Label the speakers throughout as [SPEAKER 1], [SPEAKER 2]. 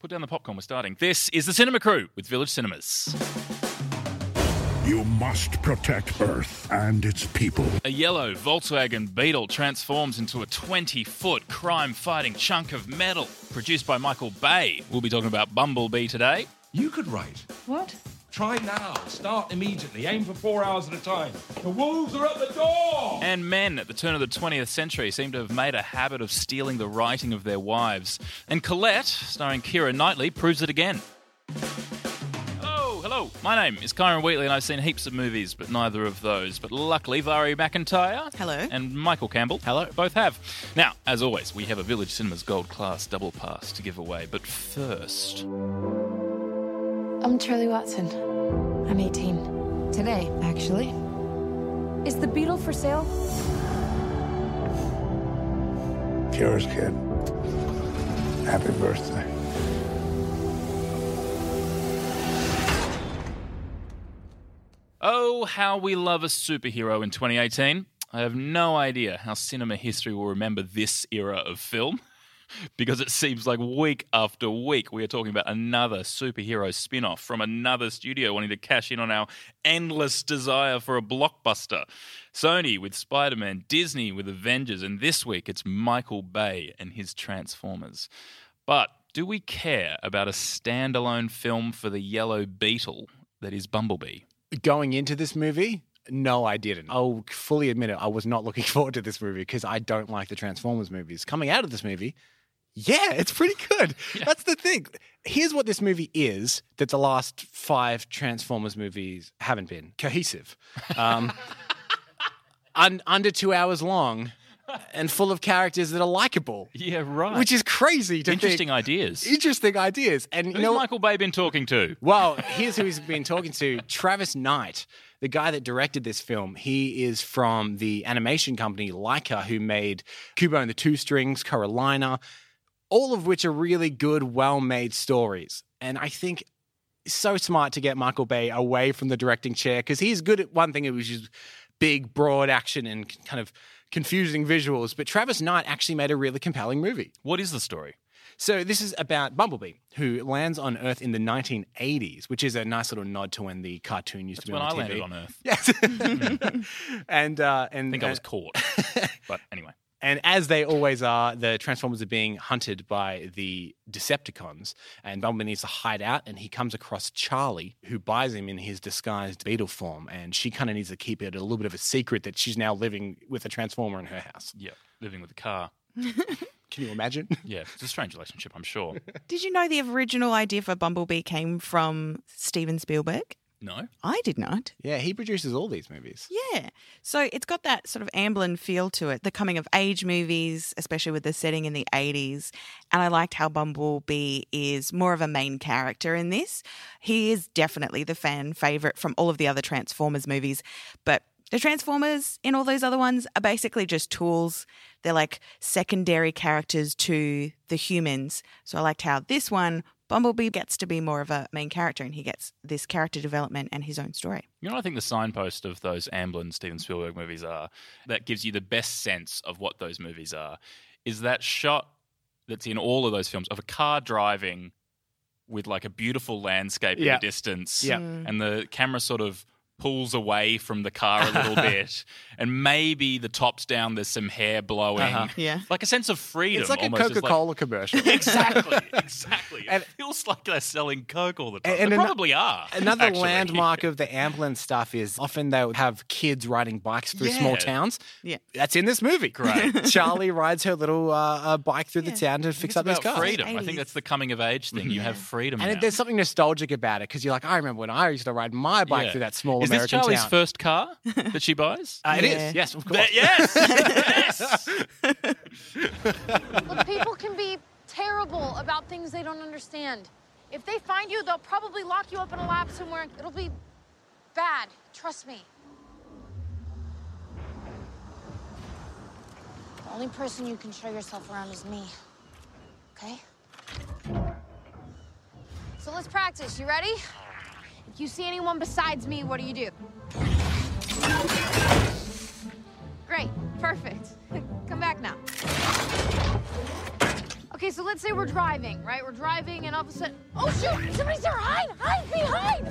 [SPEAKER 1] Put down the popcorn, we're starting. This is the Cinema Crew with Village Cinemas.
[SPEAKER 2] You must protect Earth and its people.
[SPEAKER 1] A yellow Volkswagen Beetle transforms into a 20 foot crime fighting chunk of metal produced by Michael Bay. We'll be talking about Bumblebee today.
[SPEAKER 3] You could write.
[SPEAKER 4] What?
[SPEAKER 3] Try now. Start immediately. Aim for four hours at a time. The wolves are at the door!
[SPEAKER 1] And men at the turn of the 20th century seem to have made a habit of stealing the writing of their wives. And Colette, starring Kira Knightley, proves it again. Hello, hello. My name is Kyron Wheatley, and I've seen heaps of movies, but neither of those. But luckily, Vary McIntyre.
[SPEAKER 5] Hello.
[SPEAKER 1] And Michael Campbell. Hello. Both have. Now, as always, we have a Village Cinemas Gold Class double pass to give away. But first.
[SPEAKER 6] I'm Charlie Watson. I'm 18. Today, actually. Is the Beetle for sale?
[SPEAKER 2] Kira's kid. Happy birthday.
[SPEAKER 1] Oh, how we love a superhero in 2018. I have no idea how cinema history will remember this era of film because it seems like week after week we are talking about another superhero spin off from another studio wanting to cash in on our endless desire for a blockbuster. Sony with Spider Man, Disney with Avengers, and this week it's Michael Bay and his Transformers. But do we care about a standalone film for the Yellow Beetle that is Bumblebee?
[SPEAKER 7] going into this movie, no, I didn't. I'll Oh, fully admit it. I was not looking forward to this movie because I don't like the Transformers movies. Coming out of this movie, yeah, it's pretty good. That's the thing. Here's what this movie is that the last five Transformers movies haven't been cohesive. Um, un- under two hours long and full of characters that are likable,
[SPEAKER 1] Yeah, right.
[SPEAKER 7] which is crazy to think.
[SPEAKER 1] interesting ideas.
[SPEAKER 7] Interesting ideas. And you
[SPEAKER 1] Who's
[SPEAKER 7] know,
[SPEAKER 1] Michael Bay been talking to?
[SPEAKER 7] Well, here's who he's been talking to Travis Knight, the guy that directed this film. He is from the animation company Leica, who made Kubo and the Two Strings, Carolina, all of which are really good, well made stories. And I think so smart to get Michael Bay away from the directing chair because he's good at one thing, which is big, broad action and kind of confusing visuals. But Travis Knight actually made a really compelling movie.
[SPEAKER 1] What is the story?
[SPEAKER 7] So this is about Bumblebee, who lands on Earth in the 1980s, which is a nice little nod to when the cartoon used to be
[SPEAKER 1] When
[SPEAKER 7] on
[SPEAKER 1] I
[SPEAKER 7] TV.
[SPEAKER 1] landed on Earth,
[SPEAKER 7] Yes. and uh, and
[SPEAKER 1] I think I was caught. But anyway,
[SPEAKER 7] and as they always are, the Transformers are being hunted by the Decepticons, and Bumblebee needs to hide out. And he comes across Charlie, who buys him in his disguised beetle form, and she kind of needs to keep it a little bit of a secret that she's now living with a Transformer in her house.
[SPEAKER 1] yeah, living with a car.
[SPEAKER 7] Can you imagine?
[SPEAKER 1] Yeah, it's a strange relationship, I'm sure.
[SPEAKER 5] Did you know the original idea for Bumblebee came from Steven Spielberg?
[SPEAKER 1] No,
[SPEAKER 5] I did not.
[SPEAKER 7] yeah, he produces all these movies.
[SPEAKER 5] Yeah. So it's got that sort of Amblin feel to it, the coming of age movies, especially with the setting in the 80s. And I liked how Bumblebee is more of a main character in this. He is definitely the fan favorite from all of the other Transformers movies, but the Transformers in all those other ones are basically just tools. They're like secondary characters to the humans. So I liked how this one, Bumblebee gets to be more of a main character and he gets this character development and his own story.
[SPEAKER 1] you know, what I think the signpost of those Amblin Steven Spielberg movies are that gives you the best sense of what those movies are is that shot that's in all of those films of a car driving with like a beautiful landscape
[SPEAKER 7] Yeah.
[SPEAKER 1] in the distance.
[SPEAKER 7] Yeah.
[SPEAKER 1] and the camera sort of pulls away from the car a little bit, and maybe the top's down. There's some hair blowing,
[SPEAKER 7] Uh-huh.
[SPEAKER 5] Yeah.
[SPEAKER 1] like a sense of freedom.
[SPEAKER 7] It's like
[SPEAKER 1] almost.
[SPEAKER 7] a Coca Cola commercial.
[SPEAKER 1] exactly, exactly.
[SPEAKER 7] And-
[SPEAKER 1] it feels like they're selling Coke all the time.
[SPEAKER 7] And- and
[SPEAKER 1] they
[SPEAKER 7] ano-
[SPEAKER 1] probably are.
[SPEAKER 7] Another
[SPEAKER 1] actually.
[SPEAKER 7] landmark of the ambulance stuff is often they would have kids riding bikes through small
[SPEAKER 1] Yeah.
[SPEAKER 7] towns.
[SPEAKER 5] Yeah.
[SPEAKER 7] That's in this movie.
[SPEAKER 1] Great.
[SPEAKER 7] Charlie rides her little uh, uh, bike through
[SPEAKER 5] Yeah.
[SPEAKER 7] the town to
[SPEAKER 1] I think
[SPEAKER 7] fix
[SPEAKER 1] it's
[SPEAKER 7] up his
[SPEAKER 1] about
[SPEAKER 7] car.
[SPEAKER 1] freedom. I think
[SPEAKER 5] 80s.
[SPEAKER 1] that's the coming of age thing. You have freedom.
[SPEAKER 7] And
[SPEAKER 1] now.
[SPEAKER 7] it, there's something nostalgic about it because you're like, I remember when I used to ride my bike
[SPEAKER 1] Yeah.
[SPEAKER 7] through that small
[SPEAKER 1] Is
[SPEAKER 7] American
[SPEAKER 1] this Charlie's
[SPEAKER 7] town.
[SPEAKER 1] first car that she buys?
[SPEAKER 7] Uh, It is,
[SPEAKER 5] Yeah.
[SPEAKER 7] yes, of course.
[SPEAKER 1] That- yes, yes.
[SPEAKER 6] Look, people can be terrible about things they don't understand. If they find you, they'll probably lock you up in a lab somewhere. It'll be bad. Trust me. The only person you can show yourself around is me. Okay? So let's practice. You ready? If you see anyone besides me, what do you do? Great. Perfect. Come back now. Okay, Okay, so let's say we're driving, right? We're driving, and all of a sudden, oh shoot! Somebody's there! Hide! Hide! Behind!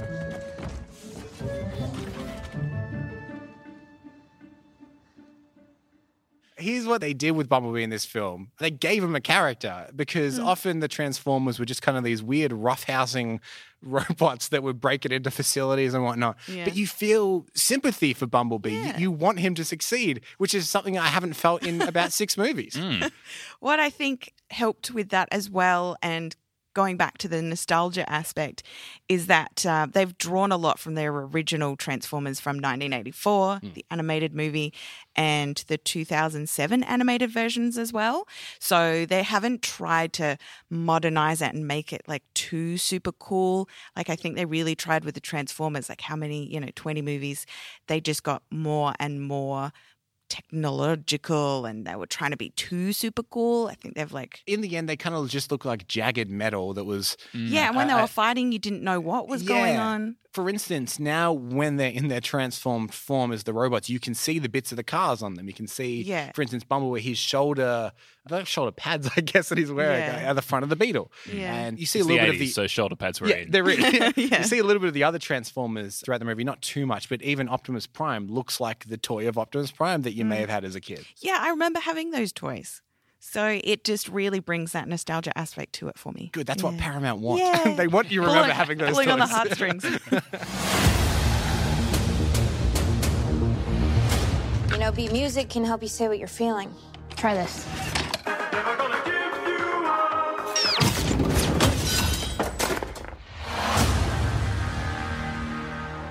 [SPEAKER 7] Here's what they did with Bumblebee in this film. They gave him a character because often the Transformers were just kind of these weird roughhousing robots that would break it into facilities and whatnot.
[SPEAKER 5] Yeah.
[SPEAKER 7] But you feel sympathy for Bumblebee. You- You, want him to succeed, which is something I haven't felt in about six movies.
[SPEAKER 5] What I think helped with that as well, and going back to the nostalgia aspect, is that uh, they've drawn a lot from their original Transformers from 1984, the animated movie, and the 2007 animated versions as well. So they haven't tried to modernize it and make it like too super cool. Like I think they really tried with the Transformers, like how many, you know, 20 movies, they just got more and more technological and they were trying to be too super cool. I think they've like
[SPEAKER 7] In the end, they kind of just look like jagged metal that was
[SPEAKER 5] yeah, and when they
[SPEAKER 7] Mm, I-
[SPEAKER 5] were fighting, you didn't know what was going
[SPEAKER 7] Yeah.
[SPEAKER 5] on.
[SPEAKER 7] For instance, now when they're in their transformed form as the robots, you can see the bits of the cars on them. You can see,
[SPEAKER 5] Yeah.
[SPEAKER 7] for instance, Bumblebee, his shoulder, the shoulder pads, I guess, that he's wearing
[SPEAKER 5] Yeah.
[SPEAKER 7] are the front of the Beetle.
[SPEAKER 5] Yeah.
[SPEAKER 7] And you see
[SPEAKER 1] It's
[SPEAKER 7] a
[SPEAKER 1] the
[SPEAKER 7] little
[SPEAKER 1] 80s,
[SPEAKER 7] bit of the.
[SPEAKER 1] so shoulder pads were
[SPEAKER 7] yeah,
[SPEAKER 1] in.
[SPEAKER 7] they're in.
[SPEAKER 5] Yeah.
[SPEAKER 7] You see a little bit of the other Transformers throughout the movie, not too much, but even Optimus Prime looks like the toy of Optimus Prime that you
[SPEAKER 5] Mm.
[SPEAKER 7] may have had as a kid.
[SPEAKER 5] Yeah, I remember having those toys. So it just really brings that nostalgia aspect to it for me.
[SPEAKER 7] Good, that's what
[SPEAKER 5] Yeah.
[SPEAKER 7] Paramount want.
[SPEAKER 5] Yeah.
[SPEAKER 7] they want you remember
[SPEAKER 5] Pulling-
[SPEAKER 7] having those
[SPEAKER 5] pulling
[SPEAKER 7] toys.
[SPEAKER 5] on the heartstrings.
[SPEAKER 4] You know, beat music can help you say what you're feeling.
[SPEAKER 6] Try this.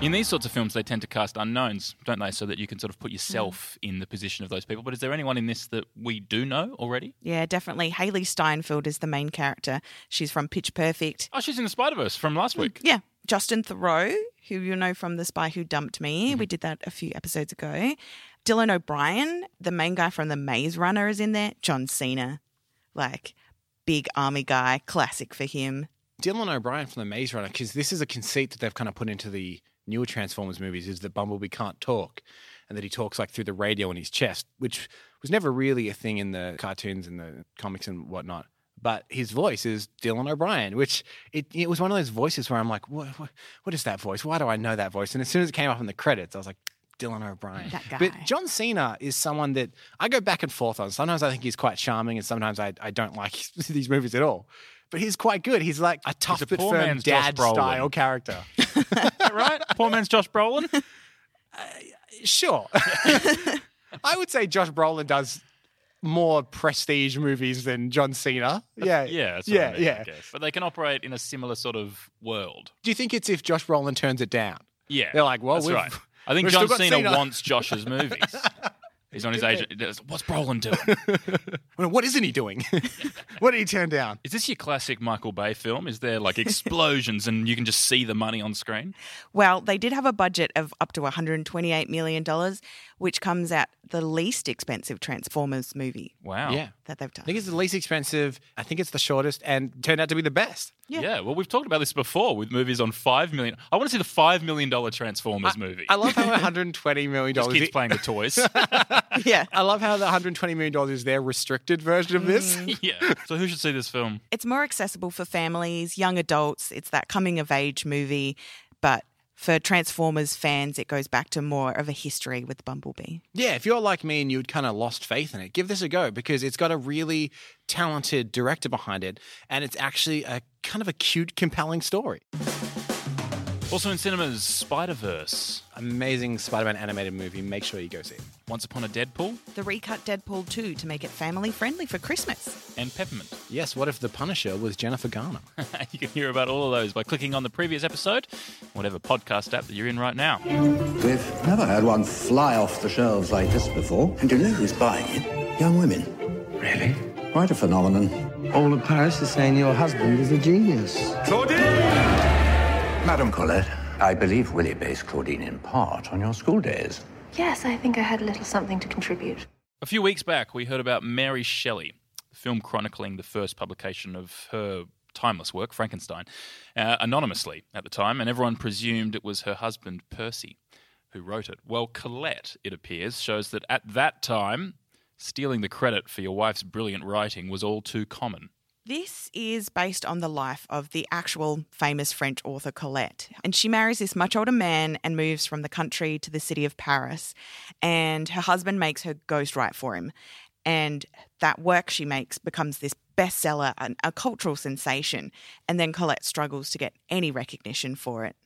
[SPEAKER 1] In these sorts of films, they tend to cast unknowns, don't they? So that you can sort of put yourself
[SPEAKER 7] Mm.
[SPEAKER 1] in the position of those people. But is there anyone in this that we do know already?
[SPEAKER 5] yeah, definitely. Haley Steinfeld is the main character. She's from Pitch Perfect.
[SPEAKER 1] Oh, she's in the Spider Verse from last week.
[SPEAKER 5] Yeah. Justin Thoreau, who you know from The Spy Who Dumped Me. We did that a few episodes ago. Dylan O'Brien, the main guy from The Maze Runner, is in there. John Cena, like big army guy, classic for him.
[SPEAKER 7] Dylan O'Brien from the Maze Runner, because this is a conceit that they've kind of put into the newer Transformers movies, is that Bumblebee can't talk, and that he talks like through the radio in his chest, which was never really a thing in the cartoons and the comics and whatnot. But his voice is Dylan O'Brien, which it, it was one of those voices where I'm like, what, what, what is that voice? Why do I know that voice? And as soon as it came up in the credits, I was like, Dylan O'Brien.
[SPEAKER 5] That guy.
[SPEAKER 7] But John Cena is someone that I go back and forth on. Sometimes I think he's quite charming, and sometimes I, I don't like these movies at all. But he's quite good. He's like a tough
[SPEAKER 1] He's a
[SPEAKER 7] but
[SPEAKER 1] poor
[SPEAKER 7] firm
[SPEAKER 1] man's Josh
[SPEAKER 7] dad
[SPEAKER 1] Brolin.
[SPEAKER 7] style character.
[SPEAKER 1] right? Poor man's Josh Brolin.
[SPEAKER 7] sure. I would say Josh Brolin does more prestige movies than John Cena. yeah.
[SPEAKER 1] Yeah, that's what
[SPEAKER 7] yeah,
[SPEAKER 1] I mean, I
[SPEAKER 7] yeah.
[SPEAKER 1] guess. But they can operate in a similar sort of world.
[SPEAKER 7] Do you think it's if Josh Brolin turns it down?
[SPEAKER 1] Yeah,
[SPEAKER 7] They're like, well,
[SPEAKER 1] that's
[SPEAKER 7] we've-
[SPEAKER 1] right. I think
[SPEAKER 7] we've
[SPEAKER 1] John
[SPEAKER 7] still got
[SPEAKER 1] Cena,
[SPEAKER 7] Cena.
[SPEAKER 1] wants Josh's movies. He's on his agent. What's Brolin doing?
[SPEAKER 7] Well, What isn't he doing? what did he turn down?
[SPEAKER 1] Is this your classic Michael Bay film? Is there like explosions and you can just see the money on screen?
[SPEAKER 5] Well, they did have a budget of up to $128 million, which comes at the least expensive Transformers movie
[SPEAKER 1] Wow.
[SPEAKER 7] Yeah.
[SPEAKER 5] that they've done.
[SPEAKER 7] I think it's the least expensive. I think it's the shortest and turned out to be the best.
[SPEAKER 1] Yeah. well, we've talked about this before with movies on five million. I want to see the five million dollar Transformers movie.
[SPEAKER 7] I love how 120 million
[SPEAKER 1] Just
[SPEAKER 7] dollars.
[SPEAKER 1] kids playing with toys.
[SPEAKER 5] yeah.
[SPEAKER 7] I love how the 120 million dollars is their restricted version of this.
[SPEAKER 1] yeah. So who should see this film?
[SPEAKER 5] It's more accessible for families, young adults. It's that coming of age movie, but for Transformers fans, it goes back to more of a history with Bumblebee.
[SPEAKER 7] Yeah, if you're like me and you'd kind of lost faith in it, give this a go because it's got a really talented director behind it, and it's actually a kind of a cute, compelling story.
[SPEAKER 1] Also in cinemas, Spider Verse.
[SPEAKER 7] Amazing Spider-Man animated movie. Make sure you go see it.
[SPEAKER 1] Once Upon a Deadpool
[SPEAKER 5] The recut Deadpool 2 to make it family friendly for Christmas.
[SPEAKER 1] and Peppermint.
[SPEAKER 7] Yes, what if the Punisher was Jennifer Garner?
[SPEAKER 1] you can hear about all of those by clicking on the previous episode, whatever podcast app that you're in right now.
[SPEAKER 8] We've never had one fly off the shelves like this before. And do you know who's buying it? Young women. Really? Quite a phenomenon.
[SPEAKER 9] All of Paris is saying your husband is a genius.
[SPEAKER 8] Madame Colette, I believe Willie based Claudine in part on your school days.
[SPEAKER 10] Yes, I think I had a little something to contribute.
[SPEAKER 1] A few weeks back, we heard about Mary Shelley, the film chronicling the first publication of her timeless work, Frankenstein, uh, anonymously at the time, and everyone presumed it was her husband, Percy, who wrote it. Well, Colette, it appears, shows that at that time, stealing the credit for your wife's brilliant writing was all too common.
[SPEAKER 5] This is based on the life of the actual famous French author Colette. And she marries this much older man and moves from the country to the city of Paris. And her husband makes her ghostwrite for him. And that work she makes becomes this bestseller and a cultural sensation. And then Colette struggles to get any recognition for it.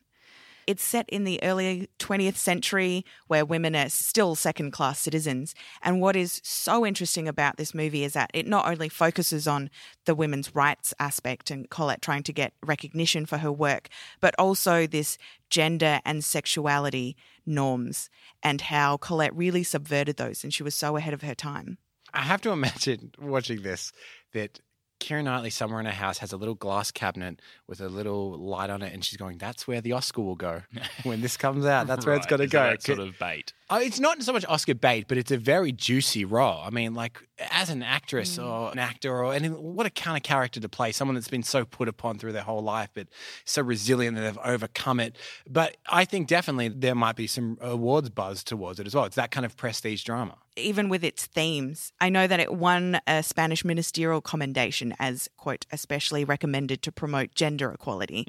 [SPEAKER 5] It's set in the early 20th century where women are still second class citizens. And what is so interesting about this movie is that it not only focuses on the women's rights aspect and Colette trying to get recognition for her work, but also this gender and sexuality norms and how Colette really subverted those. And she was so ahead of her time.
[SPEAKER 7] I have to imagine watching this that Kieran Knightley somewhere in her house has a little glass cabinet with a little light on it, and she's going, "That's where the Oscar will go when this comes out. That's where it's
[SPEAKER 1] Right,
[SPEAKER 7] going to
[SPEAKER 1] is that
[SPEAKER 7] go."
[SPEAKER 1] that sort of bait.
[SPEAKER 7] Oh, it's not so much Oscar bait, but it's a very juicy role. I mean, like as an actress or an actor or any, what a kind of character to play. Someone that's been so put upon through their whole life, but so resilient that they've overcome it. But I think definitely there might be some awards buzz towards it as well. It's that kind of prestige drama.
[SPEAKER 5] even with its themes. I know that it won a Spanish ministerial commendation as, quote, especially recommended to promote gender equality.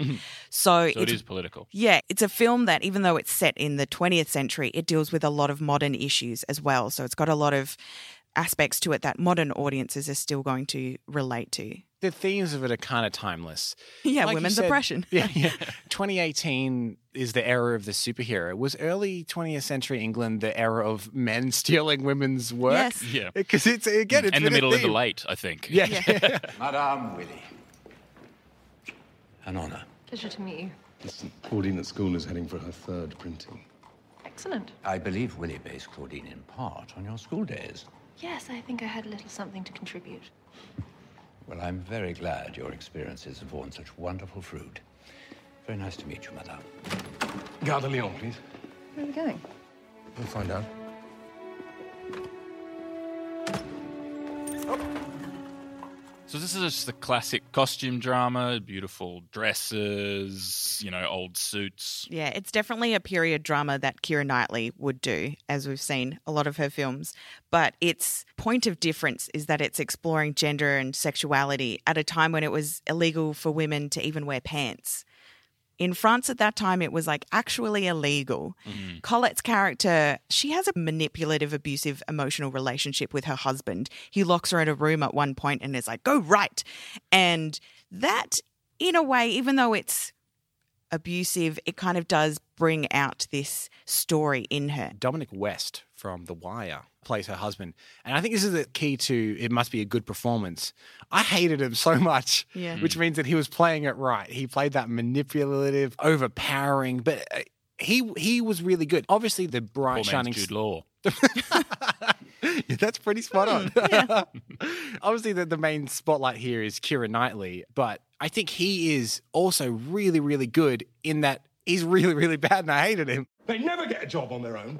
[SPEAKER 5] So,
[SPEAKER 1] So it
[SPEAKER 5] it's,
[SPEAKER 1] is political.
[SPEAKER 5] yeah, it's a film that, even though it's set in the 20th century, it deals with a lot of modern issues as well. So it's got a lot of aspects to it that modern audiences are still going to relate to.
[SPEAKER 7] The themes of it are kind of timeless.
[SPEAKER 5] Yeah,
[SPEAKER 7] Like you
[SPEAKER 5] women's
[SPEAKER 7] said-
[SPEAKER 5] oppression.
[SPEAKER 7] Yeah, yeah. 2018 is the era of the superhero. Was early 20th century England the era of men stealing women's work?
[SPEAKER 5] Yes.
[SPEAKER 1] Yeah.
[SPEAKER 7] Because it's again, it's
[SPEAKER 1] and the
[SPEAKER 7] been a
[SPEAKER 1] middle and the
[SPEAKER 7] theme.
[SPEAKER 1] late, I think.
[SPEAKER 7] Yeah.
[SPEAKER 8] Madame Willy. An honor.
[SPEAKER 10] Pleasure to meet you.
[SPEAKER 11] Claudine at school is heading for her third printing.
[SPEAKER 10] Excellent.
[SPEAKER 8] I believe Willy based Claudine in part on your school days.
[SPEAKER 10] Yes, I think I had a little something to contribute.
[SPEAKER 8] Well, I'm very glad your experiences have borne such wonderful fruit. Very nice to meet you, Madame. Gare de Lyon, please.
[SPEAKER 10] Where are we going?
[SPEAKER 8] We'll find out.
[SPEAKER 1] So this is just the classic costume drama, beautiful dresses, you know, old suits.
[SPEAKER 5] Yeah, it's definitely a period drama that Kira Knightley would do, as we've seen a lot of her films. But its point of difference is that it's exploring gender and sexuality at a time when it was illegal for women to even wear pants. In France at that time, it was like actually illegal. Colette's character, she has a manipulative, abusive, emotional relationship with her husband. He locks her in a room at one point and is like, go right. And that, in a way, even though it's abusive, it kind of does bring out this story in her.
[SPEAKER 7] Dominic West from The Wire plays her husband. And I think this is the key to it must be a good performance. I hated him so much,
[SPEAKER 5] Yeah.
[SPEAKER 1] Hmm.
[SPEAKER 7] which means that he was playing it right. He played that manipulative, overpowering, but uh, he he was really good. Obviously, the bright
[SPEAKER 1] Poor
[SPEAKER 7] shining
[SPEAKER 1] man's Jude Law.
[SPEAKER 7] Yeah, that's pretty spot on. Obviously, the, the main spotlight here is Kira Knightley, but I think he is also really, really good in that he's really, really bad and I hated him.
[SPEAKER 3] They never get a job on their own.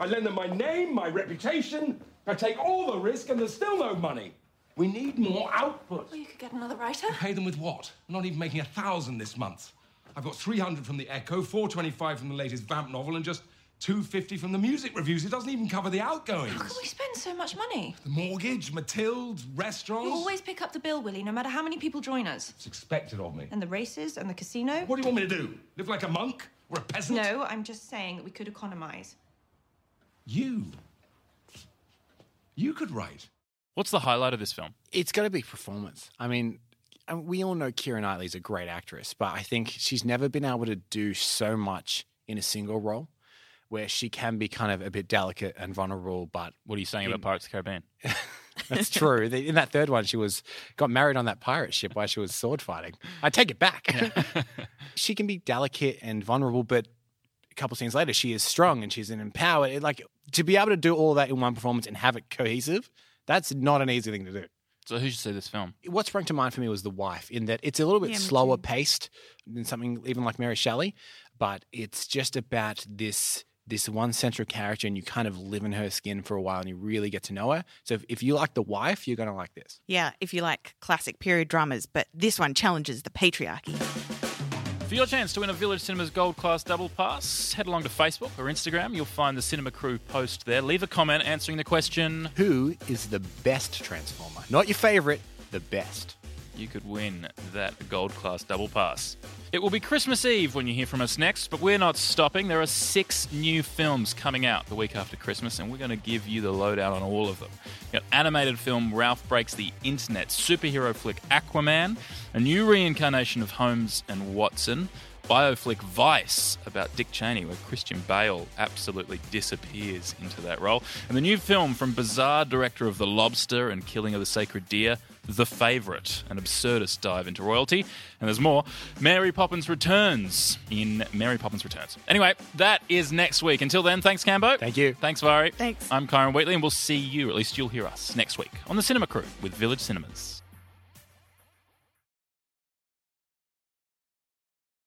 [SPEAKER 3] I lend them my name, my reputation. I take all the risk, and there's still no money. We need more output.
[SPEAKER 10] Well, you could get another writer.
[SPEAKER 3] Pay them with what? I'm not even making a thousand this month. I've got 300 from the Echo, 425 from the latest Vamp novel, and just 250 from the music reviews. It doesn't even cover the outgoings.
[SPEAKER 10] We spend so much money.
[SPEAKER 3] The mortgage, Matilde, restaurants.
[SPEAKER 10] You always pick up the bill, Willie, no matter how many people join us.
[SPEAKER 3] It's expected of me.
[SPEAKER 10] And the races and the casino.
[SPEAKER 3] What do you want me to do? Live like a monk or a peasant?
[SPEAKER 10] No, I'm just saying that we could economize.
[SPEAKER 3] You. You could write.
[SPEAKER 1] What's the highlight of this film?
[SPEAKER 7] It's got to be performance. I mean, I- we all know Kira Knightley's a great actress, but I think she's never been able to do so much in a single role where she can be kind of a bit delicate and vulnerable, but
[SPEAKER 1] What are you saying about Pirates of the Caribbean?
[SPEAKER 7] That's true. The- In that third one, she was got married on that pirate ship while she was sword fighting. I take it back. she can be delicate and vulnerable, but a couple scenes later, she is strong and she's empowered. It, like to be able to do all that in one performance and have it cohesive, that's not an easy thing to do.
[SPEAKER 1] So who should see this film?
[SPEAKER 7] What sprung to mind for me was the wife, in that it's a little bit
[SPEAKER 5] Yeah, me
[SPEAKER 7] slower
[SPEAKER 5] too.
[SPEAKER 7] paced than something even like Mary Shelley, but it's just about this this one central character, and you kind of live in her skin for a while, and you really get to know her. So if, if you like the wife, you're going to like this.
[SPEAKER 5] Yeah, if you like classic period dramas, but this one challenges the patriarchy.
[SPEAKER 1] For your chance to win a Village Cinemas Gold Class Double Pass, head along to Facebook or Instagram. You'll find the Cinema Crew post there. Leave a comment answering the question.
[SPEAKER 7] Who is the best Transformer? Not your favorite, the best.
[SPEAKER 1] you could win that gold class double pass. It will be Christmas Eve when you hear from us next, but we're not stopping. There are six new films coming out the week after Christmas, and we're going to give you the lowdown on all of them. You got animated film Ralph Breaks the Internet, superhero flick Aquaman, a new reincarnation of Holmes and Watson, bioflick Vice about Dick Cheney, where Christian Bale absolutely disappears into that role. And the new film from bizarre director of The Lobster and Killing of the Sacred Deer, The Favourite, an absurdist dive into royalty. And there's more Mary Poppins Returns in Mary Poppins Returns. Anyway, that is next week. Until then, thanks, Cambo. Thank you. Thanks, Vary. Thanks. I'm Kyron Wheatley, and we'll see you, at least you'll hear us, next week on The Cinema Crew with Village Cinemas.